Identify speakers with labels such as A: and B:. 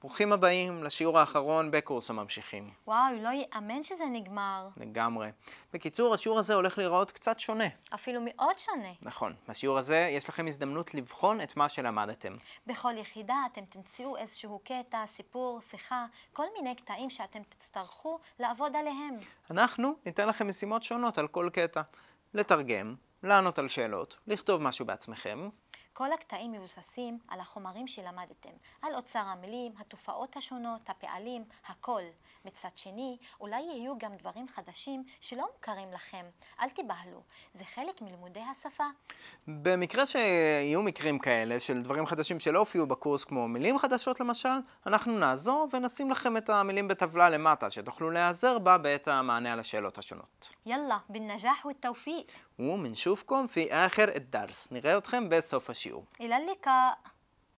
A: ברוכים הבאים לשיעור האחרון בקורס הממשיכים.
B: וואו, לא ייאמן שזה נגמר.
A: לגמרי. בקיצור, השיעור הזה הולך להיראות קצת שונה.
B: אפילו מאוד שונה.
A: נכון, בשיעור הזה יש לכם הזדמנות לבחון את מה שלמדתם.
B: בכל יחידה אתם תמצאו איזשהו קטע, סיפור, שיחה, כל מיני קטעים שאתם תצטרכו לעבוד עליהם.
A: אנחנו ניתן לכם משימות שונות על כל קטע. לתרגם, לענות על שאלות, לכתוב משהו בעצמכם,
B: כל הקטעים מבוססים על החומרים שלמדתם, על אוצר המילים, התופעות השונות, הפעלים, הכל. מצד שני, אולי יהיו גם דברים חדשים שלא מוכרים לכם. אל תיבהלו, זה חלק מלימודי השפה.
A: במקרה שיהיו מקרים כאלה של דברים חדשים שלא הופיעו בקורס, כמו מילים חדשות למשל, אנחנו נעזור ונשים לכם את המילים בטבלה למטה, שתוכלו להיעזר בה בעת המענה על השאלות השונות.
B: יאללה, بالنجاح والتوفيق
A: ومنشوفكم في آخر الدرس نرאה אתכם בסוף השיעור.
B: إلى اللقاء